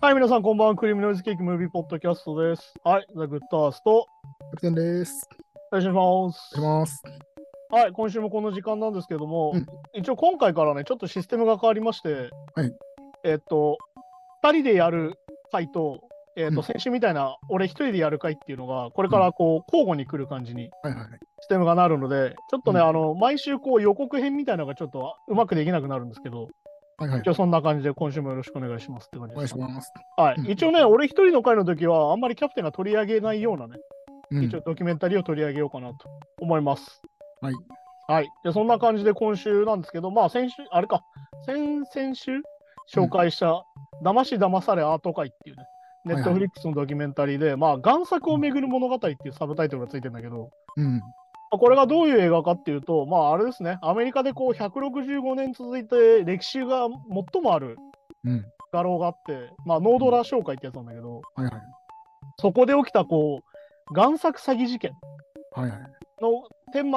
はい、皆さん、こんばんは。クリームノイズケーキムービーポッドキャストです。はい、ザ・グッドアースト、百点です。お願いしますお。願いします。はい、今週もこの時間なんですけども、うん一応今回からね、ちょっとシステムが変わりまして、はいえっと、2人でやる回と、えっと、うん先週みたいな、俺1人でやる回っていうのが、これからこう、交互に来る感じにはいはいはい。システムがなるので、ちょっとね、うんあの、毎週こう予告編みたいなのがちょっとうまくできなくなるんですけど、はいはい一。応そんな感じで今週もよろしくお願いしますって感じおで願いすし。ます。はうんい、一応ね、俺一人の回の時は、あんまりキャプテンが取り上げないようなね、うん。一応ドキュメンタリーを取り上げようかなと思います。はい。はい。で、そんな感じで今週なんですけど、まあ、先週、あれか、先々週紹介した、騙し騙されアート会っていうね、ネはいットはいフリックスのドキュメンタリーで、まあ、贋作をめぐる物語っていうサブタイトルがついてんだけど、うん。まあこれがどういう映画かっていうと、まあ、あれですね、アメリカでこう165年続いて歴史が最もあるうん。画廊があって、まあ、ノードラー商会ってやつなんだけど、はいはい。そこで起きたこう贋作詐欺事件はいはい。の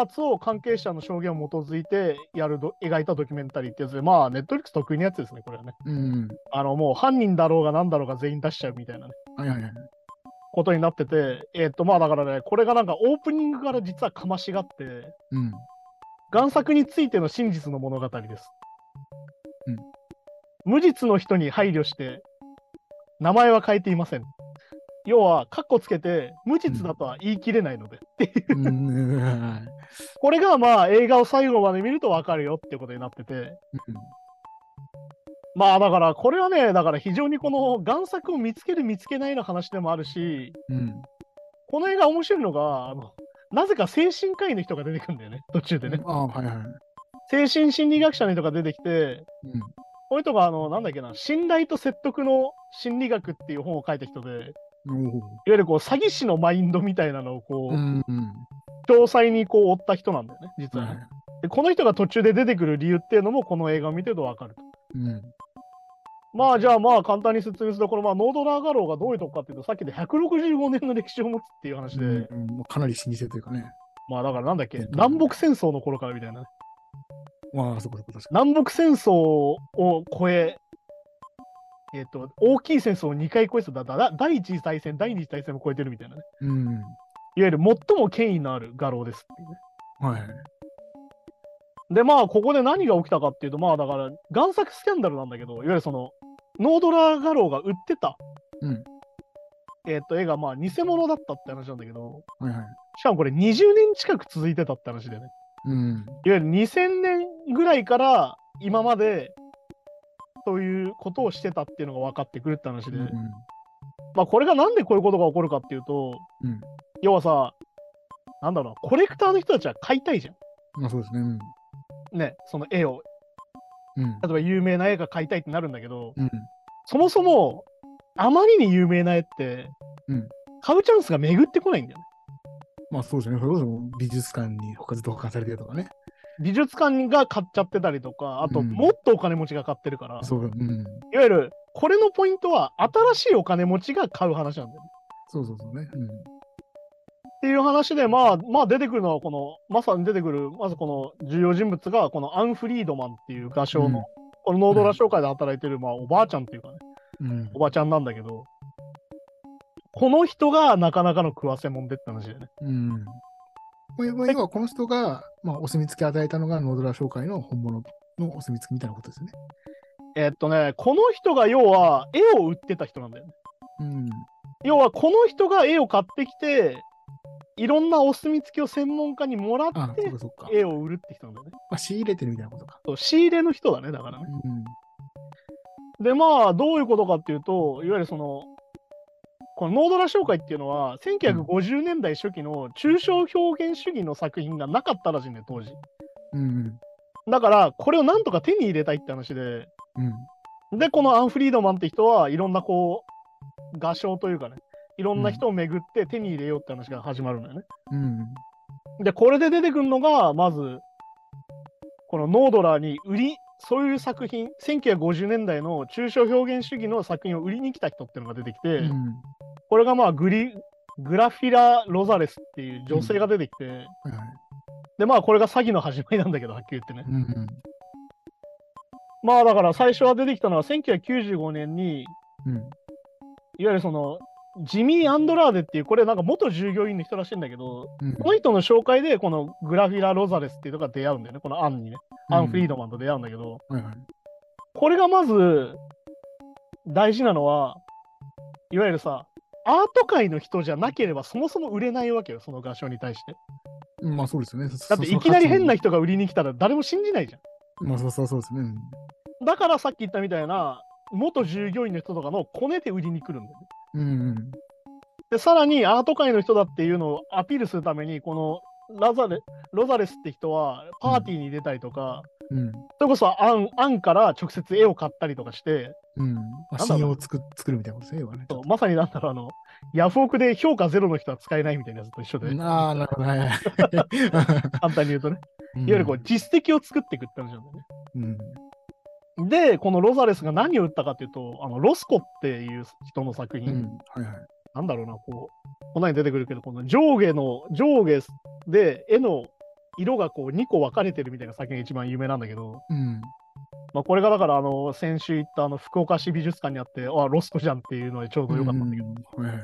顛末を関係者の証言を基づいてやるど描いたドキュメンタリーってやつで、まあ、ネットリックス得意なやつですね、これはね。うん。あのもう犯人だろうが何だろうが全員出しちゃうみたいなね、はいはいはい。ことになってて、えーっと、まあだからね、これがなんかオープニングから実はかましがって、うん。贋作についての真実の物語です。うん無実の人に配慮して、名前は変えていません。要は、カッコつけて、無実だとは言い切れないので、うん。はいこれがまあ映画を最後まで見るとわかるよってことになってて、まあだからこれはね、だから非常にこの贋作を見つける見つけないの話でもあるし、うん。うんこの映画面白いのが、あのなぜか精神科医の人が出てくるんだよね、途中でね。ああ、はいはい。精神心理学者の人が出てきて、うん。この人があの、なんだっけな、信頼と説得の心理学っていう本を書いた人で、いわおお。ゆるこう詐欺師のマインドみたいなのをこう、うん。詳細にこう追った人なんだよね、実ははね、い。で。この人が途中で出てくる理由っていうのも、この映画を見てるとわかる。うん。まあじゃあまあ簡単に説明するところ、まあ、ノードラーガローがどういうとこかっていうとさっきで165年の歴史を持つっていう話で、うん。もうかなり老舗というかね。まあだからなんだっけうん南北戦争の頃からみたいなねまあ、そこそこ確か南北戦争を超ええっ、と大きい戦争を2回超えてただだ第一次大戦第二次大戦も超えてるみたいなねに。うん。いわゆる最も権威のある画廊ですっていうねはいはい。でまあここで何が起きたかっていうとまあだから贋作スキャンダルなんだけどいわゆるそのノードラー画廊が売ってた、うんえっ、と絵がまあ偽物だったって話なんだけどはいはい。しかもこれ20年近く続いてたって話でね。うん。いわゆる2000年ぐらいから今までそういうことをしてたっていうのが分かってくるって話うで、ん。まあこれがなんでこういうことが起こるかっていうと、うん要はさ、なんだろうな、コレクターの人たちは買いたいじゃまあ、そうですね。うん。ん。ね、その絵を。うん例えば有名な絵が買いたいってなるんだけど、うん。そもそもあまりに有名な絵って、うん買うチャンスが巡ってこないんだよね。まあ、そうですね。それこそ美術館に他ずっと保管されてるとかね。美術館が買っちゃってたりとか、あとうんもっとお金持ちが買ってるから、そう。うん。いわゆる、これのポイントは、新しいお金持ちが買う話なんだよね。そうそうそうね。うん。っていう話で、まあ、まあ、出てくるのは、この、まさに出てくる、まずこの重要人物が、このアン・フリードマンっていう画商の、うんこのノードラ商会で働いてる、まあ、おばあちゃんっていうかね、うん。おばちゃんなんだけど、この人がなかなかの食わせもんでって話でね。うん。まあ要は要はこの人が、まあ、お墨付き与えたのがノードラ商会の本物のお墨付きみたいなことですよね。えっとね、この人が要は、絵を売ってた人なんだよね。うん。要は、この人が絵を買ってきて、いろんなお墨付きを専門家にもらあっそってか、そっか。絵を売るって人なんだよね。まあ、仕入れてるみたいなことか。そう仕入れの人だね、だからね。うん。で、まあ、どういうことかっていうと、いわゆるその、このノードラ商会っていうのは、1950年代初期の抽象表現主義の作品がなかったらしいんだよ、当時。うん。だから、これをなんとか手に入れたいって話で、うん。で、このアンフリードマンって人はいろんなこう、画商というかね、いろんな人を巡って手に入れようって話が始まるんだよね。うん。で、これで出てくるのが、まず、このノードラーに売り、そういう作品、1950年代の抽象表現主義の作品を売りに来た人っていうのが出てきて、うん。これがまあグリ、グラフィラ・ロザレスっていう女性が出てきて、はいはい。で、まあこれが詐欺の始まりなんだけど、はっきり言ってね。うん。まあだから最初は出てきたのは1995年に、うん。いわゆるその、ジミー・アンドラーデっていう、これなんか元従業員の人らしいんだけど、うんこの人の紹介で、このグラフィラ・ロザレスっていうのが出会うんだよね、このアンにね、アン・フリードマンと出会うんだけど、はいはい。これがまず大事なのは、いわゆるさ、アート界の人じゃなければそもそも売れないわけよ、その画商に対して。まあそうですよね。だだっていきなり変な人が売りに来たら誰も信じないじゃまあそうそうそうですね。ん。だからさっき言ったみたいな、元従業員の人とかのコネで売りに来るんだよね。うんうん。で、さらにアート界の人だっていうのをアピールするために、このラザレロザレスって人はパーティーに出たりとか、うん。それこそアンアンから直接絵を買ったりとかして、うん。まあ、信用をつく作るみたいなことですね、要はね。そうまさになんだろう、あの、ヤフオクで評価ゼロの人は使えないみたいなやつと一緒で。ああ、なるほど。はいはい。簡単に言うとね、いいわゆるこう実績を作っていくって話なんだよね。うん。で、このロザレスが何を売ったかっていうと、あのロスコっていう人の作う品、ん。はいはい。なんだろうな、こう、こんなに出てくるけど、この上下の、上下で絵の色がこう2個分かれてるみたいな作品が一番有名なんだけど、うん。まあ、これがだから、あの、先週行ったあの福岡市美術館にあって、あ、ロスコじゃんっていうのでちょうどよかったんだけど、うん。はいはい。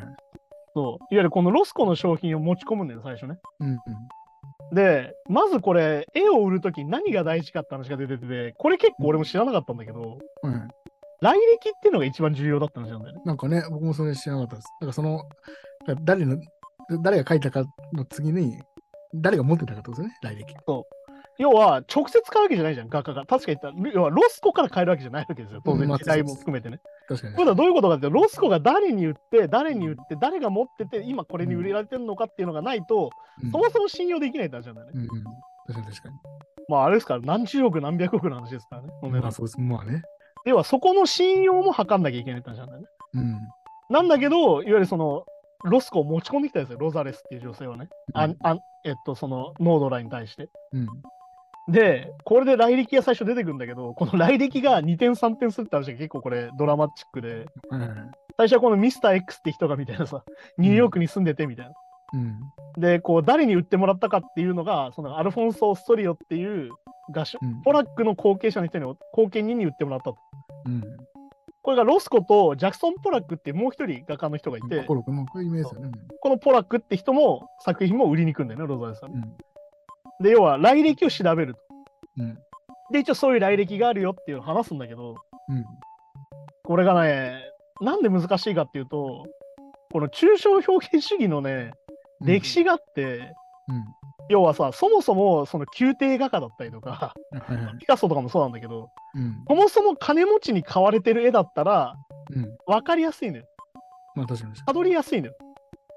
そういわゆるこのロスコの商品を持ち込むんだよ、最初ね。うんうん。で、まずこれ、絵を売るとき何が大事かって話が出てて、これ結構俺も知らなかったんだけど、はいはい。来歴っていうのが一番重要だったんじゃないね。なんかね、僕もそれ知らなかったです。なんかその、誰の、誰が書いたかの次に、誰が持ってたかってことですね、来歴。要は、直接買うわけじゃないじゃん、画家が。確か言ったら、要はロスコから買えるわけじゃないわけですよ、当う然、んまあ時代も含めてね。確かにというこ。とはどういうことかっていうと、ロスコが誰に売って、誰に売って、誰が持ってて、今これに売れられてるのかっていうのがないと、うんそもそも信用できないって話なんだよね。うんうん。確かに確かまあ、あれですから、何十億、何百億の話ですからね、おに。値まあ段。そうです。まあね。では、そこの信用も測んなきゃいけないって話なんだよね。うん。なんだけど、いわゆるその、ロスコを持ち込んできたんですよ、ロザレスっていう女性はね。あんあんえっと、その、ノードラに対して。うん。で、これで来歴が最初出てくるんだけど、この来歴が2点3点するって話が結構これドラマチックで、はいはい。最初はこのミスター X って人がみたいなさ、ニューヨークに住んでてみたいな。うん。で、こう、誰に売ってもらったかっていうのが、そのアルフォンソ・ストリオっていう画商、うんポラックの後継者の人に、後継人に売ってもらったと。うん。これがロスコとジャクソン・ポラックっていうもう一人画家の人がいて、心くんも、こういうイメージですよね。このポラックって人も作品も売りに行くんだよね、ロザレスさんう。ん。で、要は来歴を調べると。うん。で、一応そういう来歴があるよっていうのを話すんだけど、うん。これがね、なんで難しいかっていうと、この抽象表現主義のね、歴史があって、うん。要はさ、そもそもその宮廷画家だったりとか、はいはい。ピカソとかもそうなんだけど、うん。そもそも金持ちに買われてる絵だったら、うん。分かりやすいのよ。まあ確かに確かたどりやすいのよ。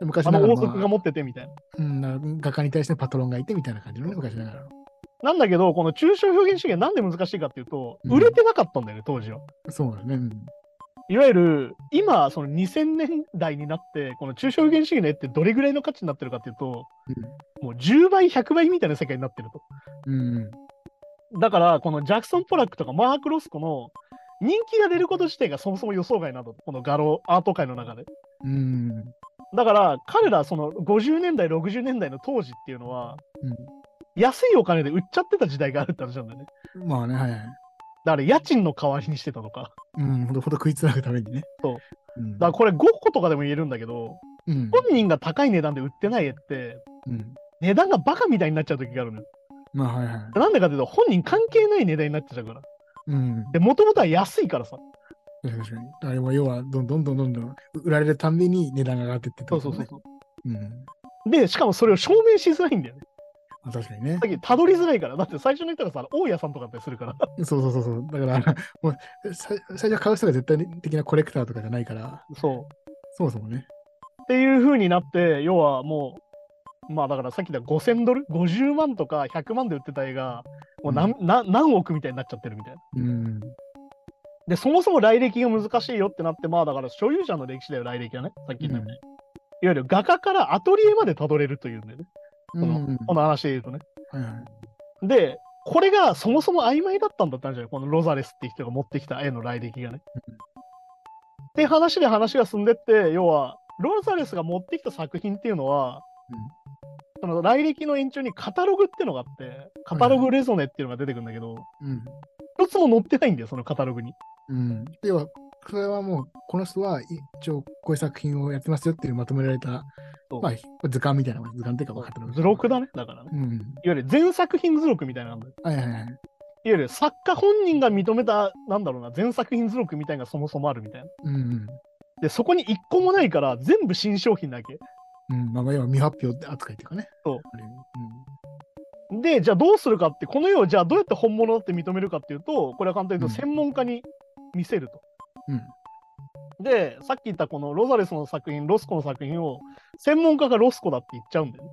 に。昔あなのが王らの族が持っててみたいな。うん、なんか画家に対してパトロンがいてみたいな感じのね、昔ながらの。なんだけど、この抽象表現主義はなんで難しいかっていうと、うん売れてなかったんだよね、当時は。そうだね。うんいわゆる今、その2000年代になって、この抽象表現主義の絵ってどれぐらいの価値になってるかっていうと、もう10倍、100倍みたいな世界になってると。うん。うん。だから、このジャクソン・ポラックとかマーク・ロスコの人気が出ること自体がそもそも予想外など、この画廊、アート界の中で。うん。だから、彼ら、その50年代、60年代の当時っていうのは、うん安いお金で売っちゃってた時代があるって話なんだよね。うんまあね、はいはい。だから、家賃の代わりにしてたとか。うん、ほどほど食いつなぐためにね。そううん。だから、これ5個とかでも言えるんだけど、うん。本人が高い値段で売ってない絵って、うん。値段がバカみたいになっちゃう時があるのよ。まあはいはい。なんでかっていうと、本人関係ない値段になっちゃうから。うん。で、もともとは安いからさ。確かに。あれは要は、どんどんどんどんどん売られるたんびに値段が上がってってってそこうそとうねそう。そう。うん。で、しかもそれを証明しづらいんだよね。まあ確かにねさ。っき、たどりづらいから。だって最初の人がさ、大家さんとかだったりするから。そうそうそうそう。だから、 もう、さ最初は買う人が絶対的なコレクターとかじゃないから、そう。そもそもね。っていう風になって、要はもう、まあだからさっき言った5000ドル、50万とか100万で売ってた映画、もう何,、な何億みたいになっちゃってるみたいな。うん。で、そもそも来歴が難しいよってなって、まあだから所有者の歴史だよ、来歴はね。さっき言ったように。うんいわゆる画家からアトリエまでたどれるというんだよね。うこの,、ん。この話で言うとね。はいはい。で、これがそもそも曖昧だったんだったんじゃないこのロザレスって人が持ってきた絵の来歴がね。って話で話が進んでって、要は、ロザレスが持ってきた作品っていうのは、その来歴の延長にカタログってのがあって、カタログレゾネっていうのが出てくるんだけど、うん。一つも載ってないんだよ、そのカタログに。うん。要は、それはもう、この人は一応こういう作品をやってますよっていうまとめられた、そうまあ、図鑑みたいなもの、図鑑っていうか分かってる。図録だね、だからね。うん。いわゆる全作品図録みたいなのがあるんだよはいはいはい。いわゆる作家本人が認めた、なんだろうな、全作品図録みたいなのがそもそもあるみたいな。うんうん。で、そこに一個もないから、全部新商品だけ。うん、まあ、要は未発表って扱いっていうかね。そうある意味。で、じゃあどうするかって、この絵をじゃあどうやって本物だって認めるかっていうと、これは簡単に言うとうん専門家に見せると。うん。うん。で、さっき言ったこのロザレスの作品、ロスコの作品を、専門家がロスコだって言っちゃうんだよね、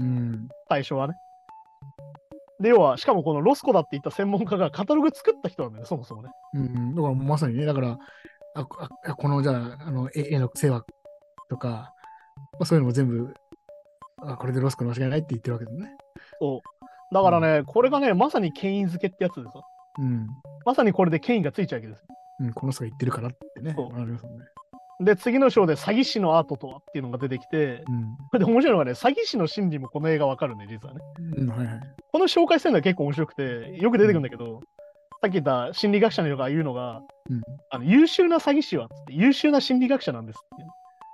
うん。最初はね。で、要は、しかもこのロスコだって言った専門家がカタログ作った人なんだよね、そもそもね。うん、だからまさにね、だから、あこあこのじゃあ、あの絵絵の世話とか、まあ、そういうのも全部、あこれでロスコの間違いないって言ってるわけだね。そう。だからね、これがね、まさに権威づけってやつでさ、うん。まさにこれで権威がついちゃうわけです。うん、この人が言ってるからってね。そうわかりますもんね。で、次の章で詐欺師のアートとはっていうのが出てきて、で、面白いのがね、詐欺師の心理もこの映画わかるね、実はね。うん。うん、はいはい。この紹介してるのは結構面白くて、よく出てくるんだけど、さっき言った心理学者の人が言うのが、うんあの優秀な詐欺師はっつって優秀な心理学者なんですっ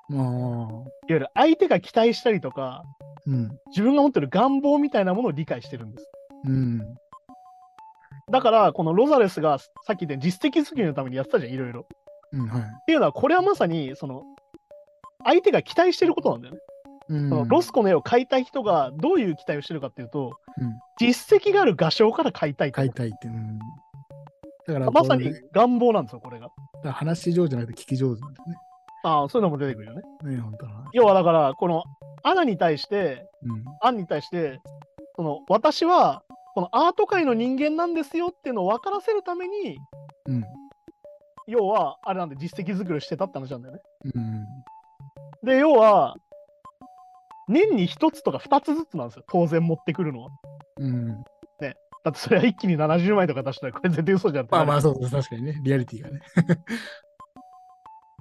ていう。まあ、いわゆる相手が期待したりとか、うん。自分が持ってる願望みたいなものを理解してるんです。うん。だから、このロザレスがさっき言ったように実績作りのためにやってたじゃん、いろいろ。っうん、はい。ていうのは、これはまさに、その、相手が期待してることなんだよね。うんそのロスコの絵を買いたい人がどういう期待をしてるかっていうと、うん実績がある画商から買いたいと買いたいって。うん。だから、まさこにうだか願望なんですよ、これが。ら話し上手じゃなくて聞き上手なんだよああ、そういうのも出てくるよね。ね。ね、本当は。要はだから、このアナに対して、うん。アンに対して、その私はこのアート界の人間なんですよっていうのを分からせるために、うん。要はあれなんで実績作りをしてたって話なんだよね。うん。で、要は、年に1つとか2つずつなんですよ、当然持ってくるのは。うん。だってそれは一気に70枚とか出したらこれ絶対嘘じゃんってまなあるまあ、そうそう、確かにね。リアリティがね。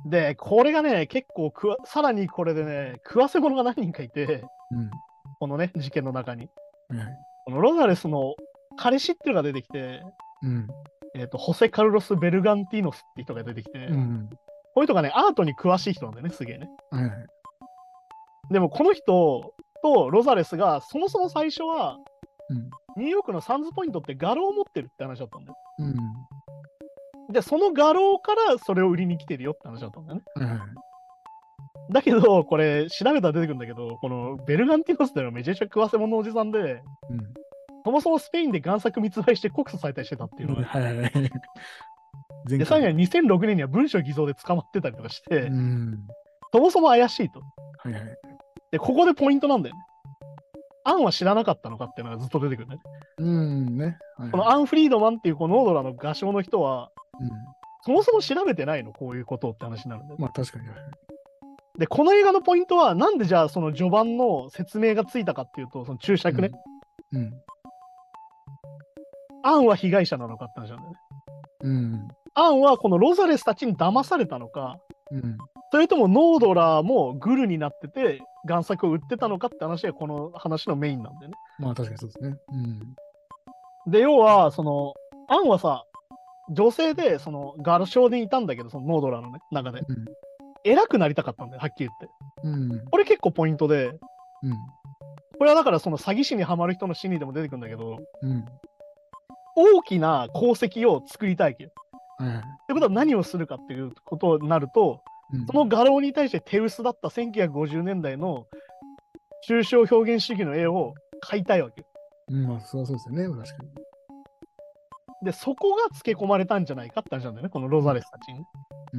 で、これがね、結構食わ、さらにこれでね、食わせ者が何人かいて、うこのね、事件の中に。ん。はい。このロザレスの彼氏っていうのが出てきて、うん。えっ、と、ホセ・カルロス・ベルガンティーノスって人が出てきて、うん。こういう人がね、アートに詳しい人なんだよね、すげえね。はい。でも、この人とロザレスが、そもそも最初は、うん。ニューヨークのサンズポイントって画廊を持ってるって話だったんだよ。うん。で、その画廊からそれを売りに来てるよって話だったんだよね。はいはい。だけど、これ、調べたら出てくるんだけど、このベルガンティーノスっていうのはめちゃくちゃ食わせ者のおじさんで、うん。そもそもスペインで贋作密売して告訴されたりしてたっていうのが、はいはいはい。 前でさらには2006年には文書偽造で捕まってたりとかして、うん。そもそも怪しいと。はいはい。で、ここでポイントなんだよね。アンは知らなかったのかっていうのがずっと出てくるね。うんね。このあ、アン・フリードマンっていうこのノードラの画商の人は、うん。そもそも調べてないの、こういうことをって話になるんだよ。まあ確かに。で、この映画のポイントは、なんでじゃあその序盤の説明がついたかっていうと、その注釈ね、うん。アンは被害者なのかって話なんだよね。うん。アンはこのロザレスたちに騙されたのか、うん。それともノードラーもグルになってて贋作を売ってたのかって話がこの話のメインなんだよね。まあ確かにそうですね。で要はそのアンはさ女性でその画商でいたんだけどそのノードラーの、ね、中で偉くなりたかったんだよはっきり言って。うん。うん。これ結構ポイントでうん。これはだからその詐欺師にはまる人の心理でも出てくるんだけどうん。大きな功績を作りたいけど。っはいはい。てことは何をするかっていうことになるとその画廊に対して手薄だった1950年代の抽象表現主義の絵を買いたいわけよ。うん、まあそうそうですよね。確かで、そこが付け込まれたんじゃないかって話なんだよね、このロザレスたちに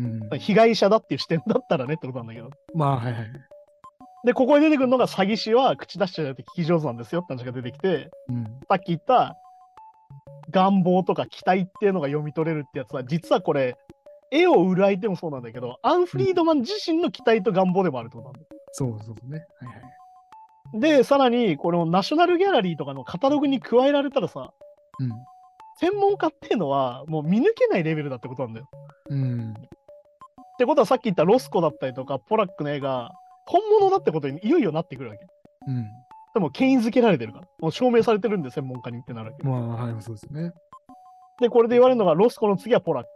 ね。に。うん。被害者だっていう視点だったらねってことなんだけど。まあはいはい。で、ここに出てくるのが詐欺師は口出しちゃなくて聞き上手なんですよって話が出てきて、うん。さっき言った願望とか期待っていうのが読み取れるってやつは、実はこれ、絵を売る相手もそうなんだけど、アンフリードマン自身の期待と願望でもあるってことなんだよそうそうですね。はいはい。で、さらに、このナショナルギャラリーとかのカタログに加えられたらさ、専門家っていうのは、もう見抜けないレベルだってことなんだよ。うん。うん。ってことは、さっき言ったロスコだったりとか、ポラックの絵が、本物だってことにいよいよなってくるわけ。うん。でも、権威づけられてるから。もう証明されてるんで、専門家にってなるわけ。まあはい、そうですよね。で、これで言われるのが、ロスコの次はポラック。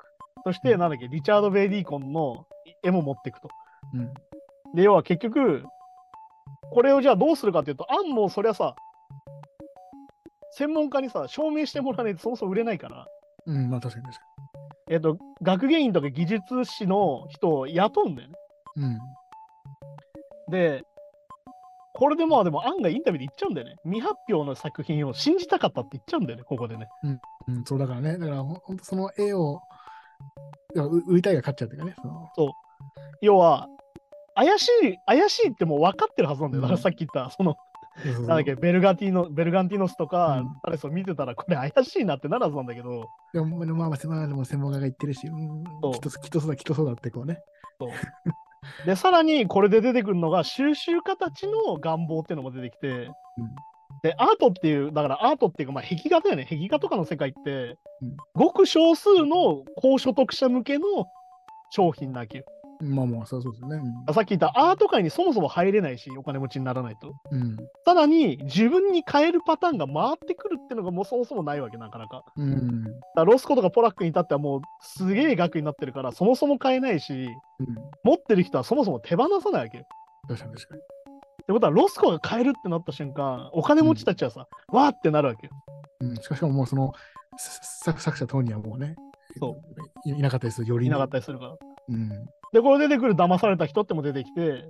そして、なんだっけ、リチャード・ベイディーコンの絵も持っていくと。うん。で、要は結局、これをじゃあどうするかっていうと、案もそりゃさ、専門家にさ、証明してもらわないとそもそも売れないから、うん、まあ確かに確かえっと、学芸員とか技術士の人を雇うんだよね。に。うん。で、これでまあでも案がインタビューで言っちゃうんだよね。未発表の作品を信じたかったって言っちゃうんだよね、ここでね。うん、そうだからね、だからほんほんとその絵を、いやう売りたいが勝っちゃうっていうかね、その要は、怪しい、怪しいってもう分かってるはずなんだよ。だからさっき言った、その、そうそうそうなんだっけ、ベルガティの、ベルガンティノスとか、うんパレスを見てたら、これ怪しいなってなるはずなんだけど、でもまあまあ、まあ、でも専門家が言ってるし、うん、そうきっときっとそうだ、きっとそうだってこうね。で、さらにこれで出てくるのが、収集家たちの願望っていうのも出てきて、で、アートっていう、だからアートっていうか、まあ、壁画だよね。壁画とかの世界って、うんごく少数の高所得者向けの商品なわけよ。うん、まあまあ、そうそうですよね。さっき言ったアート界にそもそも入れないし、お金持ちにならないと。うん。さらに、自分に変えるパターンが回ってくるっていうのがもうそもそもないわけ、なかなか。うん。うん。だからロスコとかポラックに至ってはもうすげえ額になってるからそもそも買えないしうん、持ってる人はそもそも手放さないわけよ。確かに確かに。ってことはロスコが買えるってなった瞬間お金持ちたちはさ、わーってなるわけよ。うん、しかしももうそのさ作作者等にはもうね、そいいなかったですよ、よりいねなかったりするから。うん。でこれ出てくる騙された人っても出てきて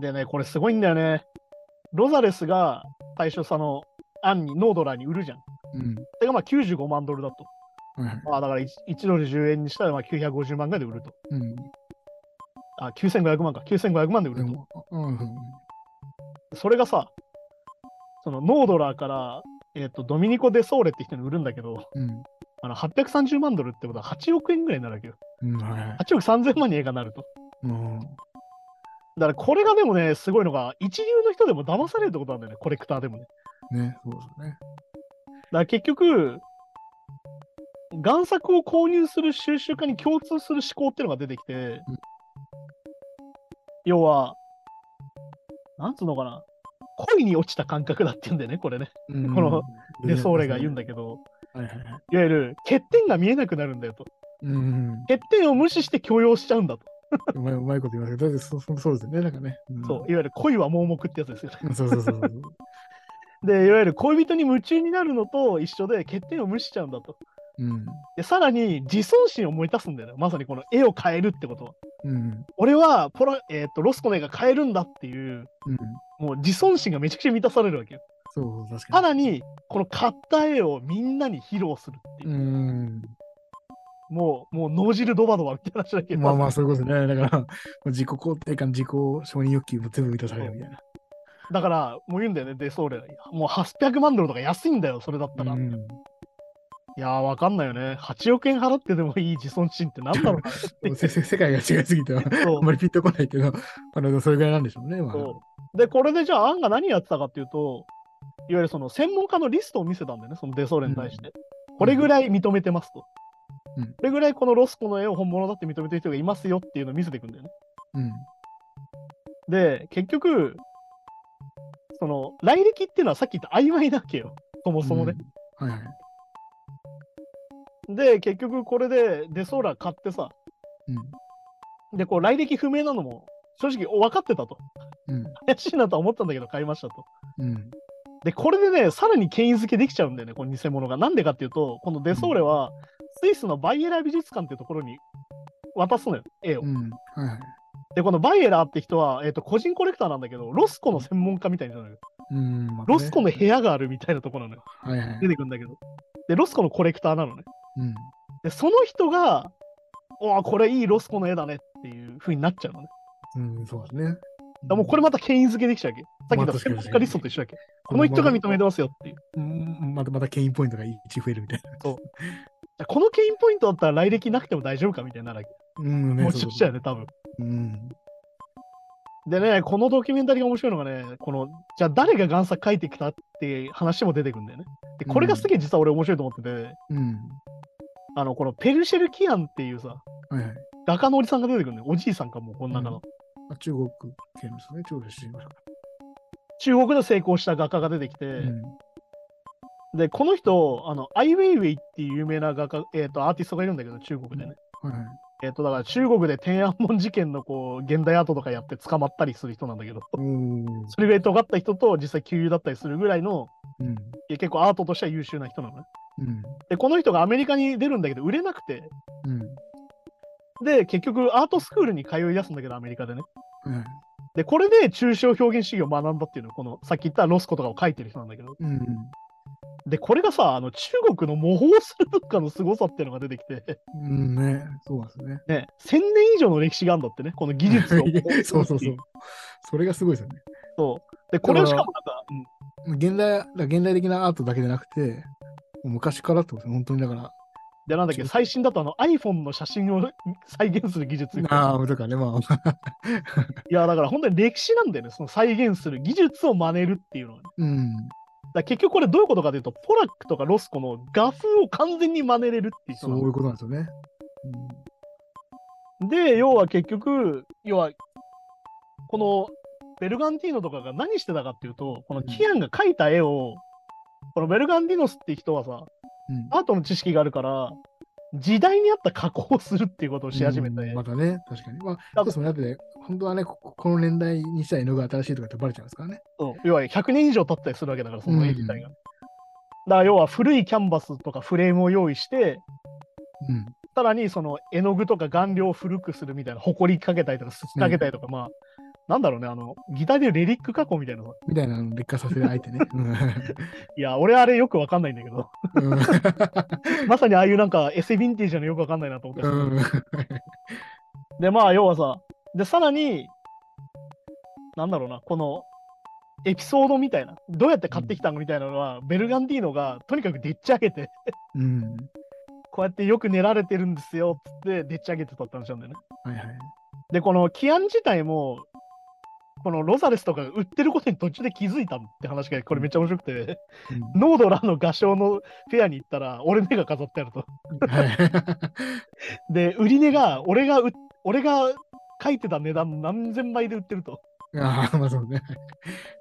でねこれすごいんだよね。ロザレスが最初そのアンにノードラーに売るじゃん。うん。それがまあ95万ドルだと。はいはい。まあだから 1, 1ドル10円にしたらまあ950万ぐらいで売ると。うん。あ9500万か9500万で売でると。も、うん。うんそれがさ、そのノードラーから、えっとドミニコ・デ・ソーレって人に売るんだけど、うん。あの830万ドルってことは8億円ぐらいになるわけよ。うん。はいはい。 8億3000万に映画になると。うん。だからこれがでもね、すごいのが、一流の人でも騙されるってことなんだよね、コレクターでもね。ね、そうですね。だから結局、贋作を購入する収集家に共通する思考っていうのが出てきて、要は、なんつうのかな、恋に落ちた感覚だって言うんだよね、これね。うんこの、デ・ソーレが言うんだだけど。はいはいはい。いわゆる欠点が見えなくなるんだよと。うん。欠点を無視して許容しちゃうんだと。うまい、 うまいこと言いますけど、だってそそそうですよね、なんかね。うんそう、いわゆる恋は盲目ってやつですよね。うんそうそうそうそう。で、いわゆる恋人に夢中になるのと一緒で欠点を無視しちゃうんだと。うん。で、さらに自尊心を燃え足すんだよね。まさにこの絵を変えるってことは。うん。俺はポラ、えーっとロスコの絵が変えるんだっていう、うん。もう自尊心がめちゃくちゃ満たされるわけよ。そうそう、確かさに。らに、この買った絵をみんなに披露するっていうう。ん。もう、もう脳汁ドバドバみたいな話だけど。まあまあ、そういうことですね。だから、 自己肯定感、自己承認欲求も全部満たされるみたいな。だから、もう言うんだよね、デソーレ。もう800万ドルとか安いんだよ、それだったら。うんいやー、わかんないよね。8億円払ってでもいい自尊心ってなんだろうなってもう せせ世界が違いすぎて、あそんまりピンとこないけど、あのそれぐらいなんでしょうね。まあ、う。で、これでじゃあ、アンが何やってたかっていうと、いわゆるその専門家のリストを見せたんだよね、そのデソーレに対して。これぐらい認めてますと。うんこれぐらいこのロスコの絵を本物だって認めてる人がいますよっていうのを見せていくんだよね。うん。で、結局、その来歴っていうのはさっき言った曖昧なわけよ、そもそもね。うん。はいはい。で、結局これでデソーラ買ってさ、うで、こう来歴不明なのも正直分かってたと。ん。うん。怪しいなとは思ったんだけど買いましたと。うん。で、これでね、さらに権威づけできちゃうんだよね、この偽物が。なんでかっていうと、このデソーレは、スイスのバイエラ美術館っていうところに渡すのよ、絵をう。ん。はいはい。で、このバイエラって人は、えっと個人コレクターなんだけど、ロスコの専門家みたいなのよ。うん。まあねロスコの部屋があるみたいなところなのよ。はいはい。出てくるんだけど。で、ロスコのコレクターなのね。うん。で、その人が、おお、これいいロスコの絵だねっていう風になっちゃうのね。うん、そうですね。だかだからもうこれまた権威づけできちゃうわけ。さっき言った専門家リストと一緒だっけ。この人が認めてますよっていう。うんまたまた権威ポイントが1増えるみたいな。このケインポイントだったら来歴なくても大丈夫かみたいになるわうん、け。ねもうちょっとやね、多分。うん。でね、このドキュメンタリーが面白いのがね、この、じゃあ誰が贋作書いてきたって話も出てくるんだよね。で、これがすげえ実は俺面白いと思ってて、うん。あの、このペルシェル・キアンっていうさ、はいはい。画家のおじさんが出てくるんだよ。おじいさんかも、この中の。うんあ中国系のですね、中国出身の人中国で成功した画家が出てきて、うん。で、この人、あの、アイ・ウェイウェイっていう有名な画家、えっ、と、アーティストがいるんだけど、中国でね。はいはい。えっ、と、だから中国で天安門事件のこう、現代アートとかやって捕まったりする人なんだけど、おーそれぐらい尖った人と実際旧友だったりするぐらいの、うん。いや結構アートとしては優秀な人なのね。うん。で、この人がアメリカに出るんだけど、売れなくて、うで、結局アートスクールに通い出すんだけど、アメリカでね。ん。はいで、これで抽象表現主義を学んだっていうのは、この、さっき言ったロスコとかを書いてる人なんだけど、うん。で、これがさ、あの、中国の模倣する文化の凄さっていうのが出てきて、うんね。そうですね。。ね、1000年以上の歴史があるんだってね、この技術を そうそうそう。。それがすごいですよね。そう。で、これをしかもなんか、うん現代、現代的なアートだけじゃなくて、もう昔からってことですね。本当にだから、で、なんだっけ、最新だとあの iPhone の写真を再現する技術。いああ、だからね、まあ、や、だから本当に歴史なんだよね、その再現する技術を真似るっていうのは、ね。うん。 だから結局これどういうことかというと、ポラックとかロスコの画風を完全に真似れるっていう人そなうのいうことなんですよね。で、要は結局、要は、このベルガンティーノとかが何してたかっていうと、このキアンが描いた絵を、このベルガンディノスって人はさ、うん。アートの知識があるから、時代に合った加工をするっていうことをし始めて、うんまたね、確かに。まあ、そだうですもんねだって、本当はね、ここの年代にしたら絵の具が新しいとかってバレちゃいますからね。そう要は100年以上経ったりするわけだから、その絵自体が。だから要は古いキャンバスとかフレームを用意して、うん。さらにその絵の具とか顔料を古くするみたいな、埃かけたりとか、すすかけたりとか、まあ、なんだろうね、あの、ギターでいうレリック加工みたいなの。みたいなの劣化させる相手ね。 うんいや、俺あれよくわかんないんだけど、うんまさにああいうなんかエセヴィンテージなのよくわかんないなと思って、うんで、まあ、要はさ、で、さらに、なんだろうな、この、エピソードみたいな、どうやって買ってきたのみたいなのは、ベルガンディーノがとにかくでっち上げて、うん。こうやってよく練られてるんですよっつってでっち上げてたって話なんだよね。はいはい。でこのキアン自体もこのロザレスとかが売ってることに途中で気づいたって話がこれめっちゃ面白くて、うんノードラの画商のフェアに行ったら俺の絵が飾ってあると。はい で売り値が俺が売俺が書いてた値段の何千倍で売ってると。ああ、まあそうね。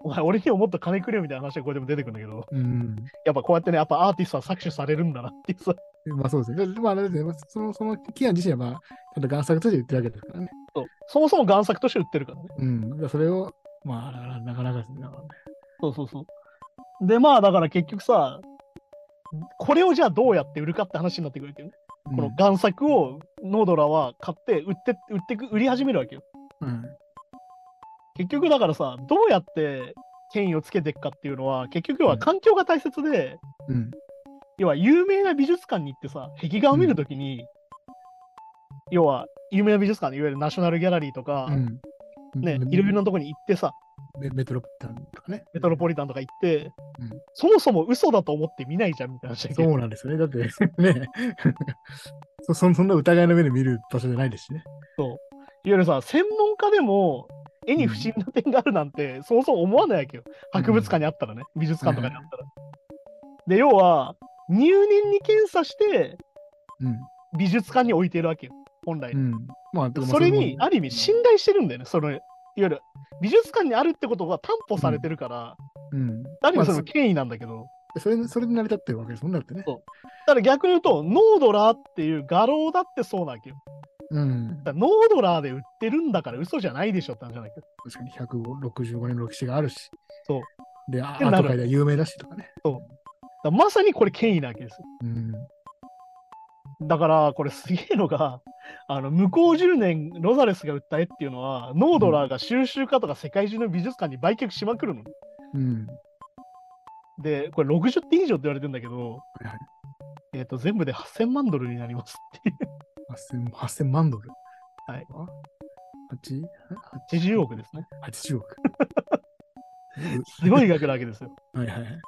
お前俺にももっと金くれよみたいな話がこれでも出てくるんだけどうん。やっぱこうやってねやっぱアーティストは搾取されるんだなっていうさまあそうですね。でまあ、あれですねまあその、そのキアン自身は、まあ、ちゃんと贋作として売ってるわけですからね。そうそもそも贋作として売ってるからね。うん。だからそれを、まあ、だからなかなかですね。だからねそうそうそう。で、まあだから結局さ、これをじゃあどうやって売るかって話になってくるわけどね。うんこの贋作をノードラは買って売って、売ってく、売り始めるわけよ。うん。結局だからさ、どうやって権威をつけていくかっていうのは、結局要は環境が大切で、うん。要は有名な美術館に行ってさ、壁画を見るときに、要は有名な美術館でいわゆるナショナルギャラリーとか、うん。ねメ、いろいろなとこに行ってさ、メメトロポリタンとかね。メトロポリタンとか行って、うんそもそも嘘だと思って見ないじゃんみたいな話だけどそうなんですよね。だって ねそそん、そんな疑いの目で見る場所じゃないですしね。いわゆるさ、専門家でも絵に不審な点があるなんて、そもそも思わないわけよ。博物館にあったらね、美術館とかにあったら。で、要は、入念に検査してう美術館に置いてるわけよ、本来。ん。うん。まあ、てかまあそれうに、いうもんある意味、信頼してるんだよね、その、いわゆる美術館にあるってことは担保されてるから、うん。ある意味そまの権威なんだけど、あ、それそれで成り立ってるわけですもんだってね。ただ逆に言うと、ノードラーっていう画廊だってそうなわけよ。うん。だからノードラーで売ってるんだから嘘じゃないでしょって話じゃないけど。確かに165年の歴史があるし。そう。で、あアでなるート界では有名だしとかね。だからまさにこれ権威なわけですようん。だから、これすげえのが、 あの向こう10年、ロザレスが売った絵っていうのは、ノードラーが収集家とか世界中の美術館に売却しまくるの。うん。で、これ60点以上って言われてんだけど、いはいえっ、と、全部で8000万ドルになりますってい8000 8000万ドル。はいあ。8? う。80億ですね。 80億。すごい額なわけですよ。はいはいはい。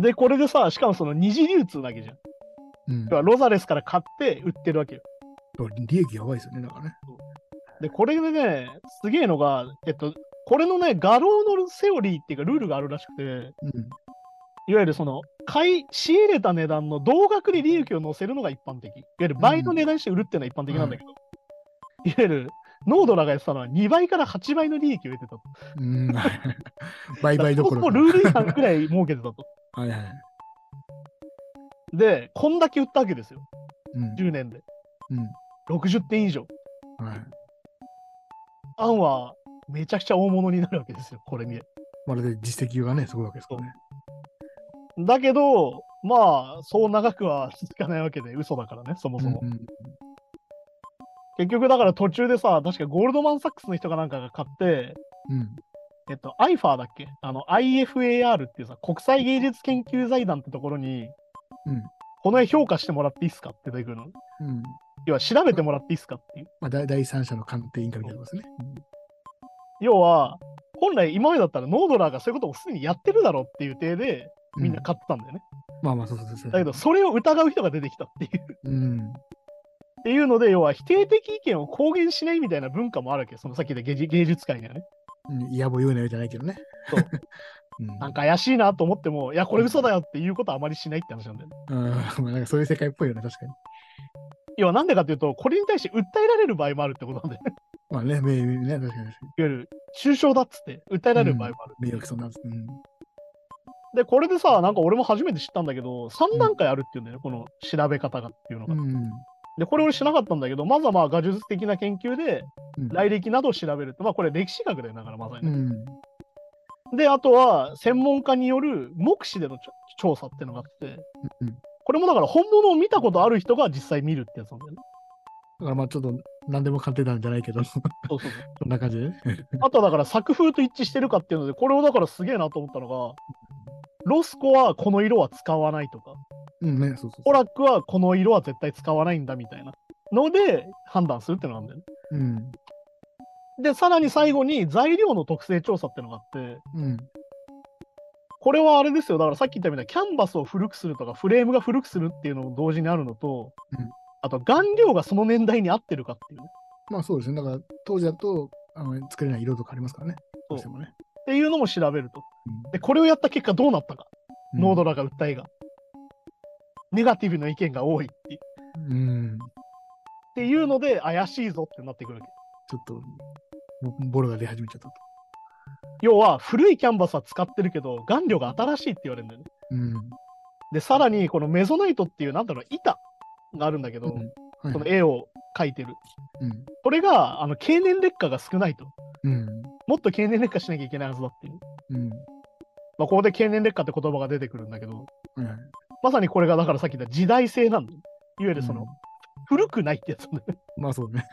で、これでさ、しかもその二次流通なわけじゃん。うん要。はロザレスから買って売ってるわけよ。利益やばいですよね、だからね。で、これでね、すげえのが、えっと、これのね、画廊のセオリーっていうか、ルールがあるらしくて、うん。いわゆるその買い仕入れた値段の同額で利益を乗せるのが一般的。いわゆる倍の値段にして売るっていうのは一般的なんだけど、いわゆるノードラがやってたのは2倍から8倍の利益を得てたと。うん。売買どころもか ルール違反くらい儲けてたと。はいはい。で、こんだけ売ったわけですよ。うん。 10年で。う60点以上。ん。はい。アンはめちゃくちゃ大物になるわけですよ、これに。まるで実績がね、すごいわけですからね。だけど、まあ、そう長くは続かないわけで、嘘だからね、そもそも。うんうん結局、だから途中でさ、確かゴールドマン・サックスの人かなんかが買って、うん。えっと、IFAR だっけあの、IFAR っていうさ、国際芸術研究財団ってところに、うんこの絵評価してもらっていいっすかって出てくるの。うん。要は、調べてもらっていいっすかっていう。まあ、だ第三者の鑑定委員会みたいなことですね。要は、本来今までだったらノードラーがそういうことをすでにやってるだろうっていう体で、うみんな買ってたんだよね。まあまあ、そうそうそうそう。だけど、それを疑う人が出てきたっていう。うん。っていうので、要は否定的意見を公言しないみたいな文化もあるわけよそのさっきで芸術芸術界にはね。うんいやぼ言うなよじゃないけどね。そう うん。なんか怪しいなと思っても、いや、これ嘘だよっていうことはあまりしないって話なんだよね。うんまあ、なんかそういう世界っぽいよね、確かに。要はなんでかっていうと、これに対して訴えられる場合もあるってことなんだよね。まあね、名名ね、確かに。いわゆる、中傷だっつって訴えられる場合もある。名誉毀損なんです。うん。で、これでさ、なんか俺も初めて知ったんだけど、3段階あるっていうんだよね、この調べ方がっていうのが。うん。で、これ俺知らなかったんだけど、まずはまあ、画術的な研究で、うん来歴などを調べるって、まあ、これ歴史学だよ、だからまさにうね。ん。で、あとは専門家による目視でのちょ調査っていうのがあって、うんこれもだから本物を見たことある人が実際見るってやつなんだよね。だからまあちょっと何でも鑑定団じゃないけど、 そそうそうそうん な感じでね。あとはだから作風と一致してるかっていうので、これをだからすげえなと思ったのが、ロスコはこの色は使わないとか、うんね、そうそうそう。ポラックはこの色は絶対使わないんだみたいなので判断するっていうのがあるんだよね。うん。で、さらに最後に材料の特性調査っていうのがあって、うん。これはあれですよ、だからさっき言ったみたいにキャンバスを古くするとか、フレームが古くするっていうのも同時にあるのと、うんあと顔料がその年代に合ってるかっていうね、まあそうですね。だから当時だとあの作れない色とかありますからね。どうしてもね。っていうのも調べると。うんで、これをやった結果どうなったか、うんノードラが訴えが。ネガティブな意見が多いっていうっうん。ていうので、怪しいぞってなってくるわけ。ちょっと、ぼボロが出始めちゃったと。要は、古いキャンバスは使ってるけど、顔料が新しいって言われるんだよね。うん。で、さらに、このメゾナイトっていう、なんだろう、板があるんだけど、うんはいこはのい絵を描いてる。うん。これが、あの、経年劣化が少ないと。うん。もっと経年劣化しなきゃいけないはずだっていう。うん。まあ、ここで経年劣化って言葉が出てくるんだけど、はいはいまさにこれがだからさっき言った時代性なんだよ。いわゆるその、うん古くないってやつなんだよ。まあそうね。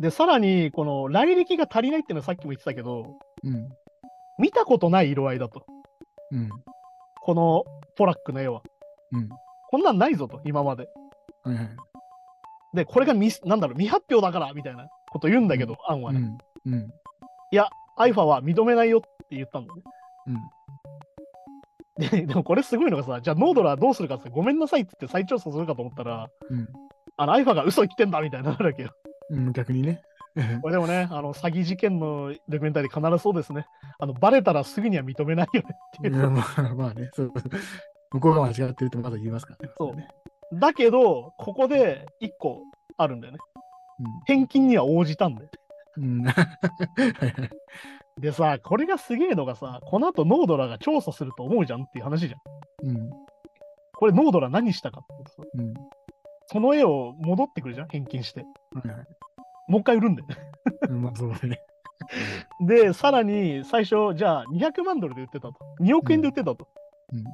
で、さらに、この来歴が足りないっていうのはさっきも言ってたけど、うん。見たことない色合いだと。うん。このポラックの絵は。うん。こんなんないぞと、今まで。はいはい。で、これがミス、なんだろう、未発表だから、みたいなこと言うんだけど、アンはうね。ん。うん。アイファは認めないよって言ったんだね。うん。で、で もこれすごいのがさ、じゃあノードラはどうするかって、ごめんなさいって言って再調査するかと思ったら、うん。あの、アイファが嘘言ってんだみたいになるわけよ。うん、逆にね。これでもね、あの、詐欺事件のドキュメンタリー必ずそうですね。あの、バレたらすぐには認めないよねってい いやう。まあまあね、そう向こうが間違ってるとまだ言いますからね。そうだけど、ここで一個あるんだよね。う返金には応じたんだよ。ん。うん。 はいはいでさ、これがすげえのがさ、この後ノードラが調査すると思うじゃんっていう話じゃん。うん。これノードラ何したかってさうん。その絵を戻ってくるじゃん、返金して。はいはいもう一回売るんだよね。うん。まあそうね。で、さらに最初、じゃあ200万ドルで売ってたと。2億円で売ってたと。うん。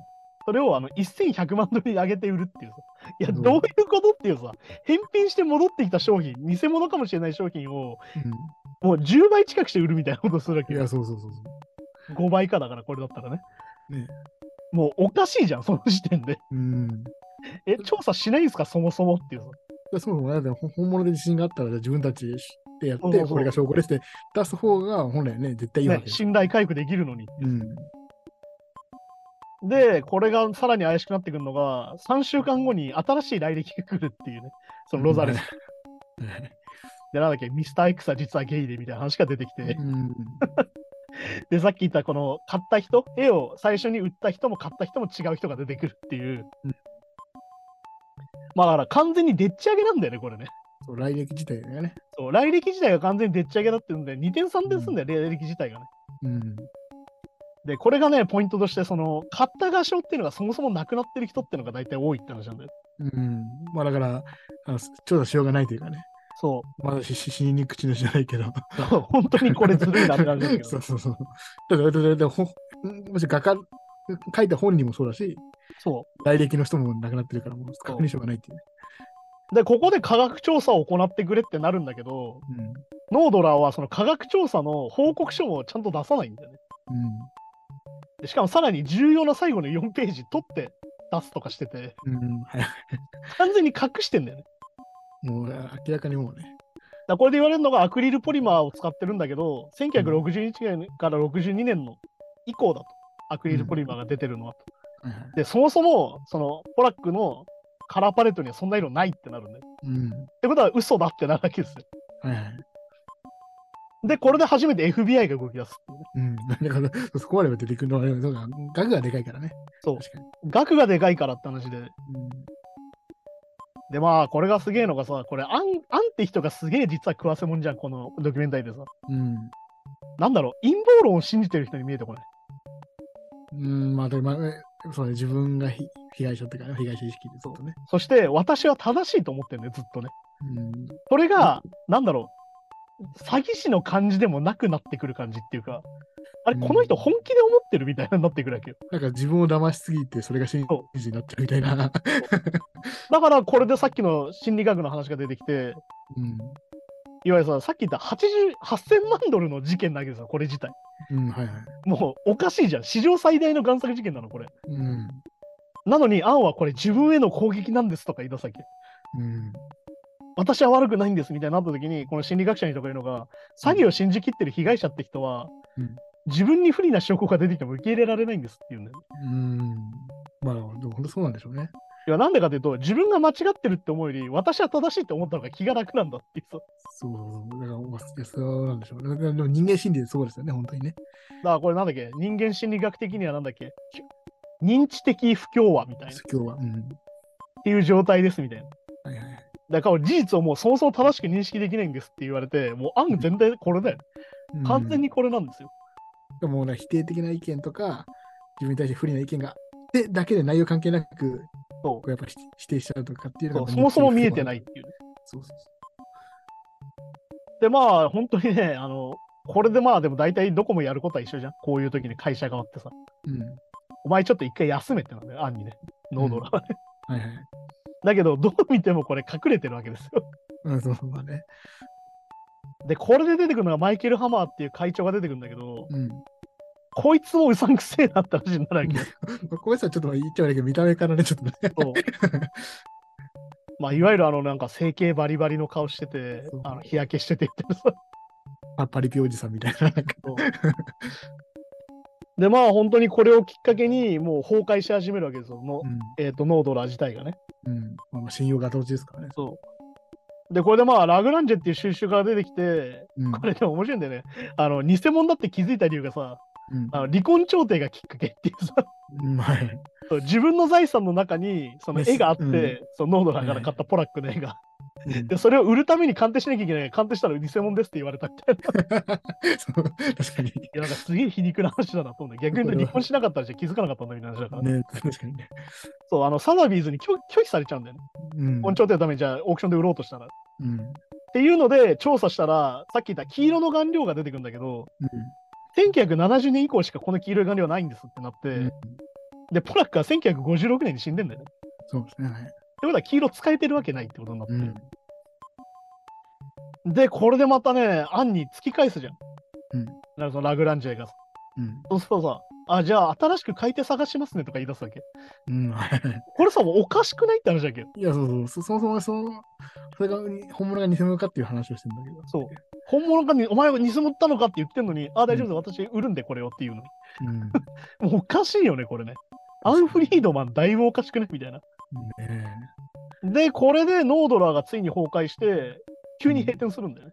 それをあの1100万ドルに上げて売るっていうさ。いや、うんどういうことっていうさ、返品して戻ってきた商品、偽物かもしれない商品を、もう10倍近くして売るみたいなことするわうけん、いよや、。そうそうそうそ5倍かだから、これだったらね。う。ね。もうおかしいじゃん、その時点で。うん。だかえ、調査しないんすか、そもそもっていうさ。らそもそもね、だってほ本物で自信があったら、じゃあ自分たちで知ってやっそうそうて、そうこれが証拠ですって出す方が本来ね、絶対いいわねけ、です。信頼回復できるのに。うん。で、これがさらに怪しくなってくるのが、3週間後に新しい来歴が来るっていうね、そのロザレス。で、なんだっけ、ミスター X は実はゲイでみたいな話が出てきて。うん。で、さっき言ったこの買った人、絵を最初に売った人も買った人も違う人が出てくるっていう。うんまあだから完全にでっち上げなんだよね、これね。そう、来歴自体がね。そう来歴自体が完全にでっち上げだっていうんで、2点3点すんだよ、来歴自体がね。うん。で、これがね、ポイントとして、その、買った画商っていうのがそもそもなくなってる人っていうのが大体多いって話なんだよ。うん。まあだから、あの調査しようがないというかね。そまだしし死にに口のじゃない けど。う。本当にこれずるいなって感じだけそどう。そうそう。だから、だからだからほもし画家、書いた本人もそうだし、そ来歴の人も亡くなってるから、もう確認しようがないっていうね。う。で、ここで科学調査を行ってくれってなるんだけど、うん。ノードラーはその科学調査の報告書もちゃんと出さないんだよね。でしかもさらに重要な最後の4ページ取って出すとかしてて、うん。うん。はい。完全に隠してんだよね。もう明らかにもうね。だからこれで言われるのがアクリルポリマーを使ってるんだけど、1961年から62年の以降だと、アクリルポリマーが出てるのは。はいはい。で、そもそも、その、ポラックのカラーパレットにはそんな色ないってなるんだよ。うん。ってことは嘘だってなるわけですよ。はいはい。で、これで初めて FBI が動き出す。うん。だから、 そこまでは出てくるのは、そうか額がでかいからね。そう確かに。額がでかいからって話で。うんで、まあ、これがすげえのがさ、これ、アン、アンって人がすげえ実は食わせもんじゃん、このドキュメンタリーでさ。うん。なんだろう、陰謀論を信じてる人に見えてこない。うん、まあ、でも、まあねそうね、自分がひ被害者っていうかね、被害者意識でずっとね。そして、私は正しいと思ってるね、ずっとね。うん。それが、なんだろう、詐欺師の感じでもなくなってくる感じっていうか、あれ、うんこの人本気で思ってるみたいになってくるわけよ。なんか自分を騙しすぎて、それが真実になってるみたいな。だから、これでさっきの心理学の話が出てきて、うん。いわゆるさ、さっき言った80 8000万ドルの事件なわけですよ、これ自体。うん、はいはい。もう、おかしいじゃん。史上最大の贋作事件なの、これ。うん。なのに、アンはこれ自分への攻撃なんですとか言い出すわけ。うん。私は悪くないんですみたいになった時にこの心理学者にとかいうのが詐欺を信じきってる被害者って人は、うん自分に不利な証拠が出てきても受け入れられないんですっていうんだよね。うん。まあ、でも本当そうなんでしょうね。いやなんでかというと自分が間違ってるって思うより私は正しいって思ったのが気が楽なんだっていうそうそうそうそう。だからまあ、いやそうなんでしょうね。だからでも人間心理でそうですよね、本当にだね。からこれなんだっけ人間心理学的にはなんだっけ認知的不協和みたいなっ今日は。うん。ていう状態ですみたいな。はいはい。だから事実をもうそもそも正しく認識できないんですって言われてもう案全体これだよね、うん完全にこれなんですよ。でもね、否定的な意見とか、自分に対して不利な意見があってだけで内容関係なく、そうこうやっぱり否定しちゃうとかっていうそのうが。そもそも見えてないっ。ていうね。そうそうでまあ本当にねあのこれでまあでも大体どこもやることは一緒じゃんこういう時に会社側ってさそう。うん。お前ちょっと一回休めってなんだよ案にねノードラはね、はいはい。 だけどどう見てもこれ隠れてるわけですようん、そうそうだね。でこれで出てくるのがマイケル・ハマーっていう会長が出てくるんだけどうん。こいつもうさんくせえなって話になるわけ よまあこういう人はちょっと言っちゃ悪いけど、見た目からね、ちょっとね。そうまあいわゆるあのなんか整形バリバリの顔しててそうあの日焼けしててっていうさ パパリピおじさんみたいな。なんかでまあ本当にこれをきっかけにもう崩壊し始めるわけですよの、うん。えー、とノードラ自体がねうん。まあまあ、信用が落ちですからね。そう。で、これでまあ、ラグランジェっていう収集が出てきて、うん。これでも面白いんだよね。あの、偽物だって気づいた理由がさ、うんあの離婚調停がきっかけっていうさ、 うん。はい。 そう自分の財産の中にその絵があって、うんそのノードラーから買ったポラックの絵が。うんで、それを売るために鑑定しなきゃいけない。鑑定したら偽物ですって言われたみたいな。いそう確かに。や、なんかすげえ皮肉な話だなと思うんだよ。逆に言うと離婚しなかったらじゃ気づかなかったんだみたいな話だから。ね、確かにね。そう、あの、サザビーズに拒拒否されちゃうんだよね。うん。離婚調停のためにじゃあオークションで売ろうとしたら。っうん。うん。ていうので、調査したら、さっき言った黄色の顔料が出てくるんだけど、1970年以降しかこの黄色い顔料はないんですってなって、うんで、ポラックは1956年に死んでんだよね。ってそうですね。はい。ことは黄色使えてるわけないってことになって。うん。で、これでまたね、アンに突き返すじゃん。うんなんかそのラグランジェがさ。うんそうするとさ、あ、じゃあ新しく買い手探しますねとか言い出すわけ。うん。はい。これさ、もうおかしくないって話だけど。いや、そうそう、そそもそもその、それが本物が偽物かっていう話をしてんだけど。そう。本物かに、お前は偽物ったのかって言ってんのに、あ、大丈夫です、私売るんでこれをっていうの。うん。ねもうおかしいよね、これね。アンフリードマンだいぶおかしくないみたいな。え。で、これでノードラーがついに崩壊して、急に閉店するんだよね。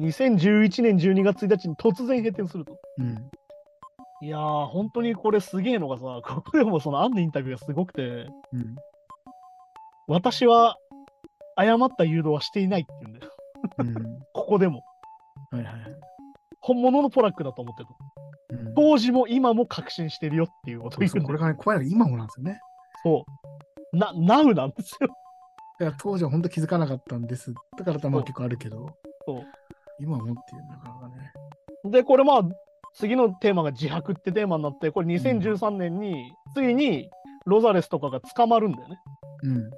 う2011年12月1日に突然閉店すると。ん。うん。いやー、本当にこれすげえのがさ、ここでもそのアンのインタビューがすごくて、うん。私は誤った誘導はしていないって言うんだよ。うん。ここでも。はいはいはい。本物のポラックだと思ってた。ううん当時も今も確信してるよっていうことそう言そううのこれがね、怖いのが今もなんですよね。そう。な、ナウなんですよ。だから当時は本当気づかなかったんです。だからまあ結構あるけど、そう今もっていう、なかなかね。で、これまあ、次のテーマが自白ってテーマになって、これ2013年に、ついにロザレスとかが捕まるんだよね。うん。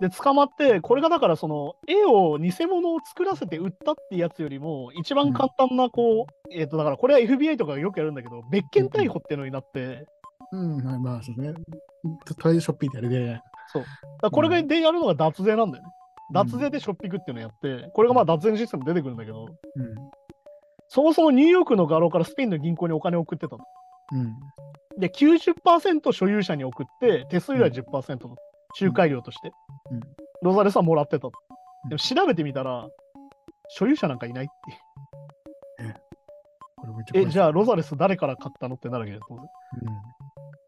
で、捕まって、これがだからその、絵を、偽物を作らせて売ったってやつよりも、一番簡単な、こう、えっ、と、だからこれは FBI とかがよくやるんだけど、別件逮捕ってのになって、うん、はいまあそうですね。ととりあえずショッピーってやるぐらいだ。だからこれがうんでやるのが脱税なんだよね。脱税でショッピングっていうのやって、これがまあ脱税のシステム出てくるんだけど、うそもそもニューヨークの画廊からスペインの銀行にお金を送ってたの。ん。うん。で、90%所有者に送って、手数料は10%の仲介料として、うんロザレスはもらってたの。んでも調べてみたら、所有者なんかいないっていう。これめっちゃ怖いえ、じゃあロザレス誰から買ったのってなるけど、当然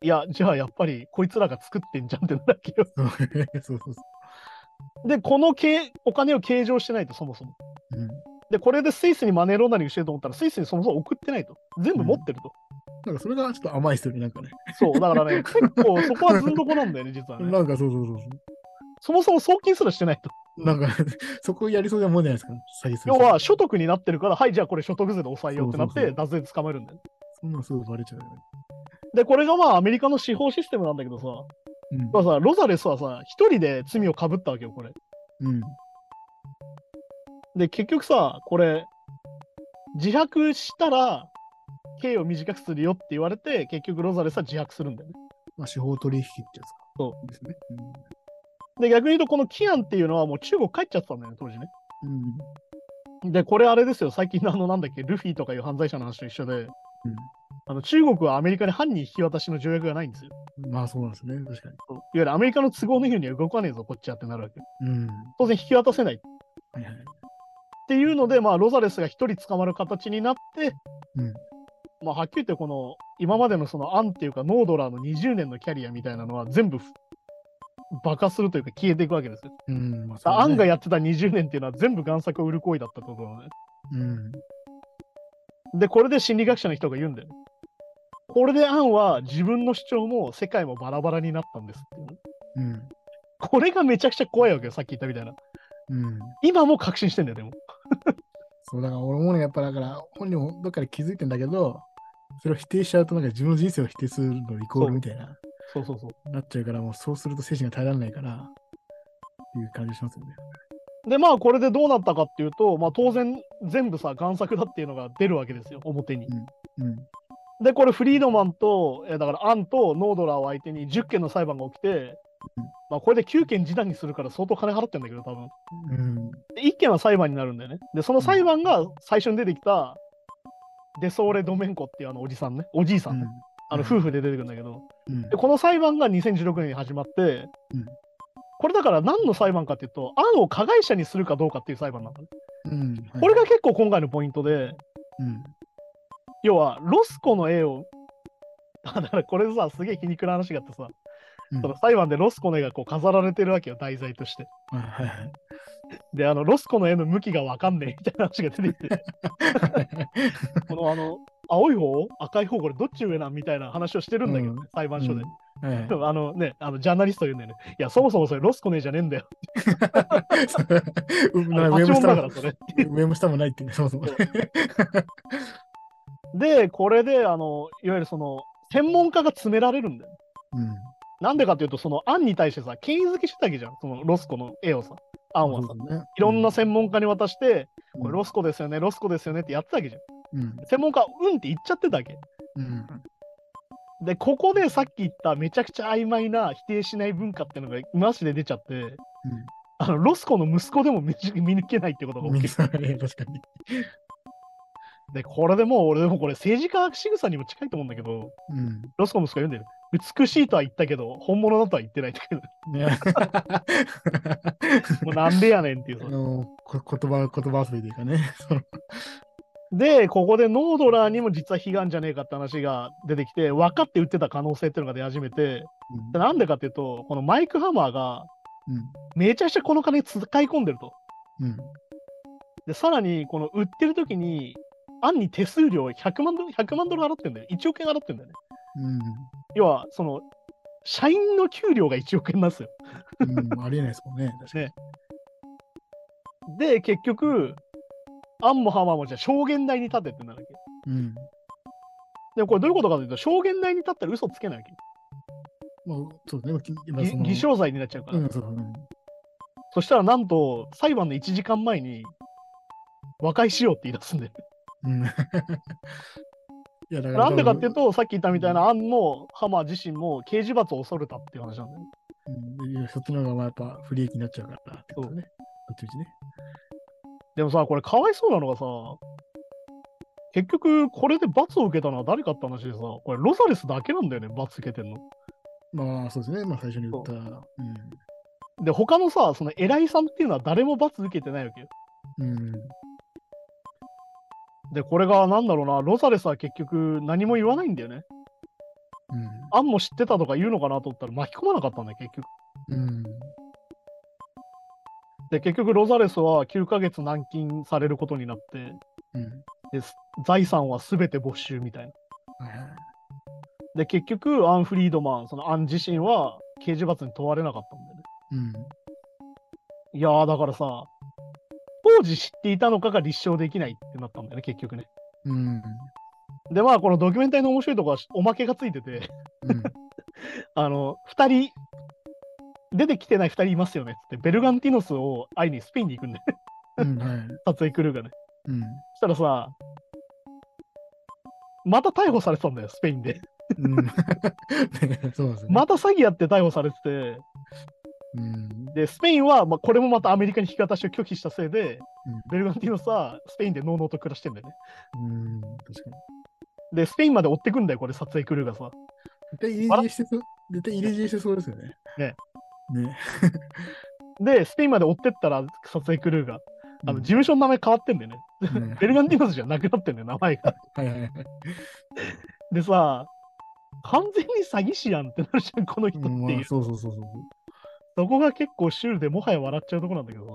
いや、じゃあやっぱりこいつらが作ってんじゃんってなるけど。うん。 そうそうそで、このけお金を計上してないと、そもそも。う。うん。で、これでスイスにマネーローダリングしてると思ったら、スイスにそもそも送ってないと。全部持ってると。なんかそれがちょっと甘い人になんかね。そう、だからね、結構そこはずんどこなんだよね、実はね。なんか そうそうそうそそもそも送金すらしてないと。う。なんか そこやりそうなもんじゃないですか。詐欺す る要は、所得になってるから、はい、じゃあこれ所得税で抑えようってなっそうそて、う脱税で捕まえるんだよね。そんなのすぐバレちゃうよね。で、これがまあ、アメリカの司法システムなんだけどさ、うんまあさ、ロザレスはさ、一人で罪をかぶったわけよ、これ。うん。で、結局さ、これ、自白したら、刑を短くするよって言われて、結局ロザレスは自白するんだよね。まあ、司法取引ってやつか。。そうですね。で、逆に言うと、このキアンっていうのはもう中国帰っちゃってたんだよね、当時ね。うん。うん。で、これあれですよ、最近のあの、なんだっけ、ルフィとかいう犯罪者の話と一緒で、あの中国はアメリカに犯人引き渡しの条約がないんですよ。うん、まあ、そうなんですね。確いかわゆるアメリカの都合のいいようには動かねえぞ、こっちはってなるわけ。に。うん。は当然引き渡せないっいはい。ていうので、まあ、ロザレスが一人捕まる形になって、うんまあ、はっきり言って、この、今までのそのアンっていうか、ノードラーの20年のキャリアみたいなのは全部ふ爆破するというか消えていくわけですよ。うん。まあ、アンがや。やってた20年っていうのは全部贋作を売る行為だったってことなのね。うん。で、これで心理学者の人が言うんだよね。これでアンは自分の主張も世界もバラバラになったんですっていうね。うん。これがめちゃくちゃ怖いわけよ、さっき言ったみたいな。うん。今も確信してんだよ、でも。そう、だから俺もね、やっぱだから、本人もどっかで気づいてんだけど、それを否定しちゃうと、なんか自分の人生を否定するのイコールみたいな、そうそうそう。なっちゃうから、もうそうすると精神が耐えられないから、っていう感じしますよね。でまあこれでどうなったかっていうと、まあ、当然全部さ贋作だっていうのが出るわけですよ表に。うん。でこれフリードマンとえーだからアンとノードラーを相手に10件の裁判が起きてうん、まあ、これで9件示談にするから相当金払ってんだけど多分うん。で1件は裁判になるんだよね。でその裁判が最初に出てきたデソーレ・ドメンコっていうあのおじさんねおじいさん、あの夫婦で出てくるんだけど、うんでこの裁判が2016年に始まって、うんこれだから何の裁判かっていうとアンを加害者にするかどうかっていう裁判なんだねうん。これが結構今回のポイントで、うん。要はロスコの絵を、あだからこれさ、すげえ皮肉な話があってさ、うんその裁判でロスコの絵がこう飾られてるわけよ、題材として。はいはい はい。で、あのロスコの絵の向きがわかんねえみたいな話が出てきて、このあの、青い方、赤い方、これどっち上なんみたいな話をしてるんだけどね、う裁判所で。はいはいでもあのね、あのジャーナリスト言うんだよね。いや、そもそもそれロスコの絵じゃねえんだよ。うんあなのんか上パチモンも下だからもそれ。上も下もないってね、そもそも。そうで、これで、あの、いわゆるその、専門家が詰められるんだよ。うん。なんでかっていうと、その案に対してさ、権威づけしてたわけじゃん、そのロスコの絵をさ、案はさ、いろんな専門家に渡して、これロス。スコですよね、ロスコですよねってやってたわけじゃん。うん。専門家はうんって言っちゃってたわけ。うん。で、ここでさっき言っためちゃくちゃ曖昧な否定しない文化っていうのがマジで出ちゃって、あのロスコの息子でも見見抜けないってことうがん。起きみる。 確かに。で、これでもう俺でもこれ政治家仕草にも近いと思うんだけど、うん。ロスコの息子が言うんだよね。美しいとは言ったけど、本物だとは言ってないって言うね。のもうなんでやねんっていう あさ。のこ言葉言葉遊びというかね。そので、ここでノードラーにも実は悲願じゃねえかって話が出てきて、分かって売ってた可能性っていうのが出始めて、で なんでかっていうと、このマイク・ハマーがめちゃくちゃこの金使い込んでると。うん。うん。で、さらに、この売ってる時に、案に手数料100万ドル、100万ドル払ってんだよ。1億円払ってんだよね。うん。要は、その、社員の給料が1億円なんですよ。うん、ありえないですもんね。確かに。で、結局、アンもハマもじゃあ証言台に立てってなるわけ。うん。でもこれどういうことかというと、証言台に立ったら嘘つけないわけ。まあ、そうですね。き今ぎその偽証罪になっちゃうから。うん、そうそうそしたらなんと、裁判の1時間前に、和解しようって言い出すんで。うん。 うんいや、だから。なんでかっていうと、さっき言ったみたいな、アンもハマ自身も刑事罰を恐れたっていう話なんだよね。うん、いやそっちの方がまあやっぱ不利益になっちゃうからってことね。どっちみちね。でもさ、これかわいそうなのがさ、結局、これで罰を受けたのは誰かって話でさ、これロザレスだけなんだよね、罰受けてんの。まあ、そうですね。まあ、最初に言った。うん。で、他のさ、その偉いさんっていうのは誰も罰受けてないわけよ。うん。で、これがなんだろうな、ロザレスは結局何も言わないんだよね。アンも知ってたとか言うのかなと思ったら巻き込まなかったんだよ、結局。うん。うん。で、結局ロザレスは9ヶ月軟禁されることになって、うん。です財産は全て没収みたいな。はいはい。で、結局、アン・フリードマン、そのアン自身は刑事罰に問われなかったんだよね。ういん。やー、だからさ、当時知っていたのかが立証できないってなったんだよね、結局ね。うん。で、まあ、このドキュメンタリーの面白いとこはおまけがついてて、 うん。あの、2人、出てきてない2人いますよねっつって、ベルガンティノスを会いにスペインに行くんだよね、 うん。はい。撮影クルーがね。うん。そしたらさ、また逮捕されてたんだよ、スペインで。うん。 そうですね。また詐欺やって逮捕されてて、うん。で、スペインは、まあ、これもまたアメリカに引き渡しを拒否したせいで、うんベルガンティノスはスペインでのうのうと暮らしてんだよね。うん。確かに。で、スペインまで追ってくんだよ、これ、撮影クルーがさ。絶対入れ知恵してそう、絶対入れ知恵してそうですよね。ね。ね。で、スペインまで追ってったら、撮影クルーが、あの事務所の名前変わってんだよね。うんねベルガンティノスじゃなくなってんだよ、名前が。はいはいはい。でさ、完全に詐欺師やんってなるじゃん、この人ってういんう。まあ、そうそうそうそう。そこが結構シュールでもはや笑っちゃうとこなんだけどさ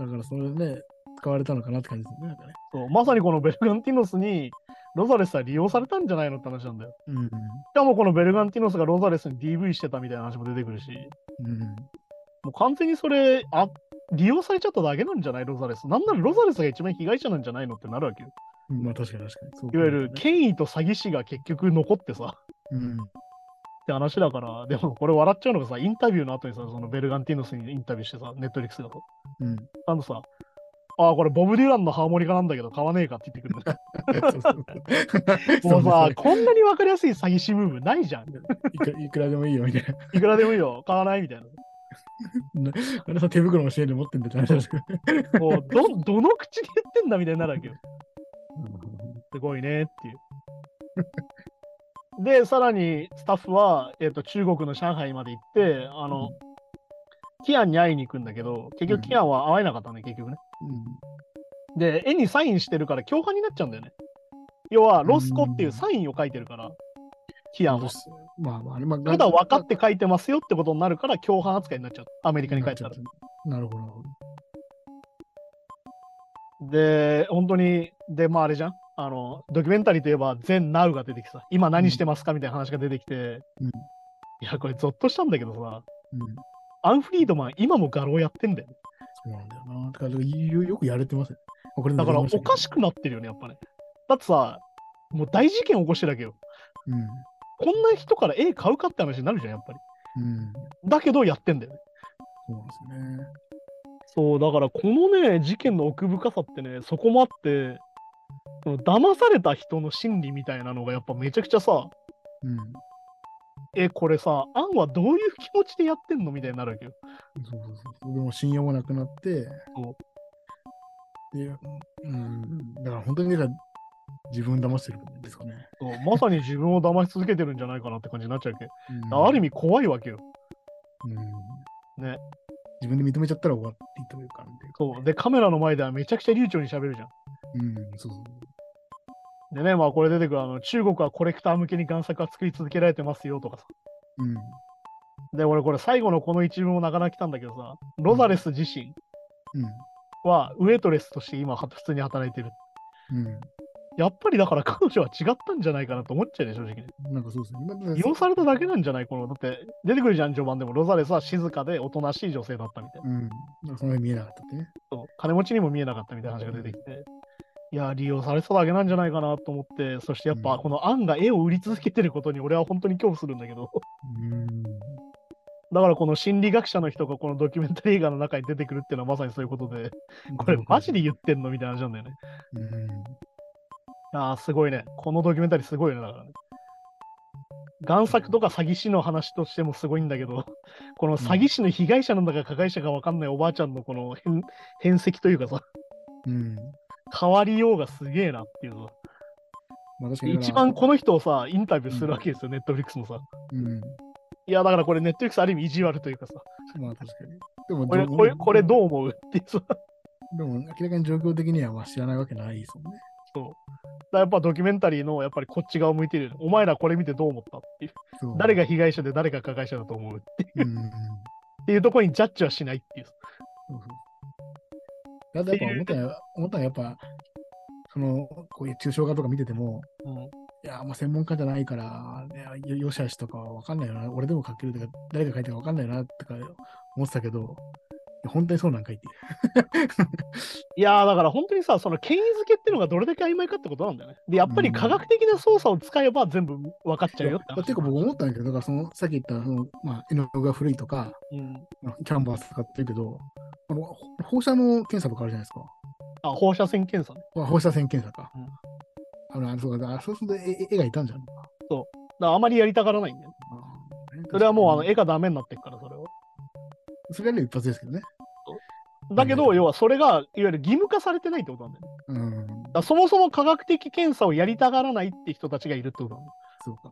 だからそれね、使われたのかなって感じですよね。なんかねそう、まさにこのベルガンティノスに、ロザレスは利用されたんじゃないのって話なんだよ。しかもこのベルガンティノスがロザレスに DV してたみたいな話も出てくるし、うん。うん。もう完全にそれ、あ利用されちゃっただけなんじゃないロザレス。なんならロザレスが一番被害者なんじゃないのってなるわけよ。うんまあ確かに確かに。そういわゆる権威と詐欺師が結局残ってさ、うん。って話だから、でもこれ笑っちゃうのがさ、インタビューの後にさ、そのベルガンティノスにインタビューしてさ、ネットリックスがさ、うん。あのさ、ああ、これボブ・ディランのハーモニカなんだけど買わねえかって言ってくるんだよ。そう そうそうもうさそう、こんなに分かりやすい詐欺師ムーブないじゃん。いくらいくらでもいいよみたいいくらでもいいよ、買わないみたいな。な。あれさ、手袋もシェール持ってんだって話なんですけど。もうど、どの口で言ってんだみたいになるわけよ。すごいねっていう。 で、さらにスタッフは、えっと中国の上海まで行って、あの、キアンに会いに行くんだけど、結う局んキアンは会えなかったね、結局ね。で、絵にサインしてるから共犯になっちゃうんだよね。要は、ロスコっていうサインを書いてるから、キアンうはん。。まあまあ、あれまあ、普段分かって書いてますよってことになるから、共犯扱いになっちゃう。アメリカに帰ったら。なるほどなるほど。で、本当に、で、まああれじゃん。あの、ドキュメンタリーといえば、全ナウが出てきてさ、今何してますかみたいな話が出てきて、うんいや、これ、ゾッとしたんだけどさ、うん。アンフリードマン、今も画廊やってんだよね。そうなんだよな。だからよよくやれてますよ。これだから、おかししくなってるよね、やっぱね。だってさ、もう大事件起こしてるわけよ。うん。こんな人から絵買うかって話になるじゃん、やっぱり。うん。だけど、やってんだよね。そうなんですよね。そう、だから、このね、事件の奥深さってね、そこもあって、その騙された人の心理みたいなのが、やっぱめちゃくちゃさ、うん。え、これさ、アンはどういう気持ちでやってんのみたいになるわけよ。そうそうそう。でも信用もなくなって、そで、うん、だから本当にだから自分騙してるんですかね。そうまさに自分を騙し続けてるんじゃないかなって感じになっちゃうわけ。うんある意味怖いわけよ。うん、ね。自分で認めちゃったら終わっていったというか、みたいなそう。で、カメラの前ではめちゃくちゃ流暢に喋るじゃん。うん、そうそう。でね、まあこれ出てくる、あの、中国はコレクター向けに贋作は作り続けられてますよとかさ。うん。で、俺これ最後のこの一文もなかなか来たんだけどさ、ロザレス自身うん。はウェイトレスとして今は普通に働いてる。うん。やっぱりだから彼女は違ったんじゃないかなと思っちゃうね、正直ね。なんかそうですね。ま利用されただけなんじゃないこの、だって出てくるじゃん、序盤でも。ロザレスは静かでおとなしい女性だったみたいな。うん。なんかその辺見えなかったってね。そう金持ちにも見えなかったみたいな話が出てきて。いや、利用されてただけなんじゃないかなと思って、そしてやっうぱんこのアンが絵を売り続けてることに俺は本当に恐怖するんだけど。 うん。だからこの心理学者の人がこのドキュメンタリー映画の中に出てくるっていうのはまさにそういうことで、これマジで言ってんのみたいな話なんだよね。うん。ああ、すごいね。このドキュメンタリーすごいね。だからね。贋作とか詐欺師の話としてもすごいんだけど、 この詐欺師の被害者なんだか加害者か分かんないおばあちゃんのこの変変跡というかさ、うん。変わりようがすげえなっていうのはまあ確かにだから。一番この人をさ、インタビューするわけですよ、ネットフリックスもさ。うん。いや、だからこれネットフリックスある意味意地悪というかさ、まあ確かに。でも、これこれこれうどう思うっていうさ、でも明らかに状況的にはまあ知らないわけないですもんね。そう。だからやっぱドキュメンタリーのやっぱりこっち側向いてるよね。お前らこれ見てどう思ったっていう。そう誰が被害者で誰が加害者だと思ううん。そうっていうところにジャッジはしないっていう。そうだってやっぱ思ったのは思ったのはやっぱ、その、こういう抽象画とか見てても、うん、いや、まあ専門家じゃないから、いやよよしあしとかは分かんないよな、俺でも書けるとか、誰が書いたか分かんないよなとか思ってたけど、いや本当にそうなんかいっていやーだから本当にさ、その権威づけっていうのがどれだけ曖昧かってことなんだよね。で、やっぱり科学的な操作を使えば全部分かっちゃういう。よっいてや話てか僕思ったんだけど、だからそのさっき言ったその、まあ、絵の具が古いとか、うん、キャンバー使ってるけど、あのほ放射能検査とかあるじゃないですか。あ、放射線検査ね。まあ放射線検査か。うんあのあそうか、あそうすると絵絵絵がいたんじゃん。だからあまりやりたがらないんだよね。それはもうあの絵がダメになってくから、それは。それより一発ですけどね。だけど、うん要はそれがいわゆる義務化されてないってことなんだよね。うん。だからそもそも科学的検査をやりたがらないって人たちがいるってことなんだよそうか。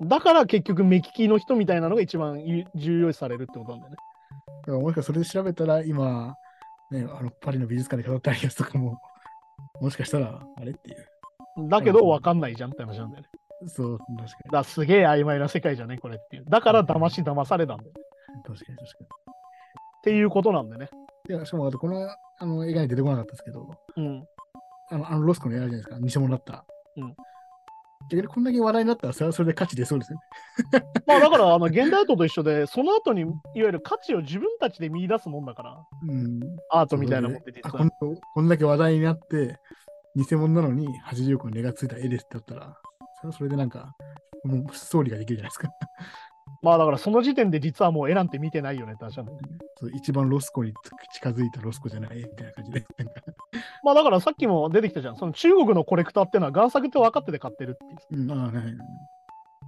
うん、だから結局目利きの人みたいなのが一番ゆ重要視されるってことなんだよね。だからもしかしたらそれで調べたら今、ね、あのパリの美術館で飾ってあるやつとかも、 もしかしたらあれっていう。だけど分かんないじゃんって話なんだよね。そう、確かに。だからすげえ曖昧な世界じゃねこれっていう。だから騙し騙されたんだよ。っ確かに確かていうことなんでね。に。いや、しかもあとこのあの映画に出てこなかったですけど、うん。あのあのロスコの映画あるじゃないですか、偽物だった。うん。逆にこんだけ話題になったら、それはそれで価値出そうですよね。まあだから、あの、現代アートと一緒で、その後に、いわゆる価値を自分たちで見出すもんだから、うん。アートみたいなもんって実あこは。んこんだけ話題になって、偽物なのに80億の値がついた絵ですってだったら、それはそれでなんか、もうストーリーができるじゃないですか。 まあだから、その時点で実はもう絵なんて見てないよねって話なんだよね。そう一番ロスコに近づいたロスコじゃないみたいな感じで。なんかまあだからさっきも出てきたじゃん。その中国のコレクターっていうのは贋作って分かってて買ってるっていう。だかうん、ああ、はい。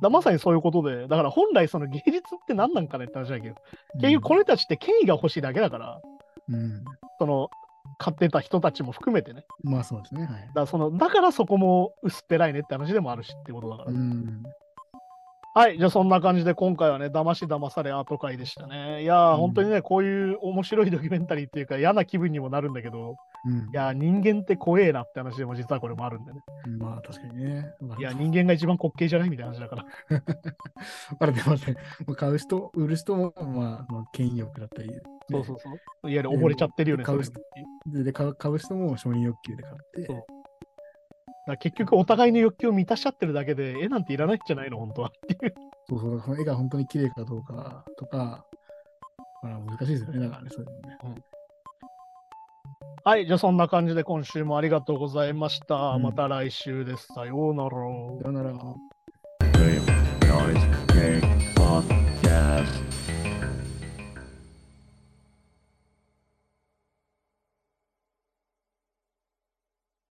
らまさにそういうことで、だから本来その芸術って何なんかねって話だけど、結局これ、れたちって権威が欲しいだけだから、うん、その、買ってた人たちも含めてね。まあそうですね。はいだ。からそのだからそこも薄っぺらいねって話でもあるしってことだから、うん。はいじゃあそんな感じで今回はね騙し騙されアート会でしたねいやー、うん本当にねこういう面白いドキュメンタリーっていうか嫌な気分にもなるんだけどうい、んやー人間って怖えなって話でも実はこれもあるんでねまあ確かにね。い や人間が一番滑稽じゃないみたいな話だからあれでもね、もう買う人、売る人も、まあ、まあ、権威欲だったり、ねそうそうそういわゆる溺れちゃってるよね、うんそういうのっ買てでで買う、買う人も承認欲求で買って、そうだから結局お互いの欲求を満たしちゃってるだけで絵なんていらないんじゃないの本当はっていうそうそうその絵が本当に綺麗かどうかとか、まあ、難しいですよね、だからね、そういうのね。はいじゃあそんな感じで今週もありがとうございました、うんまた来週ですさようならさよなら。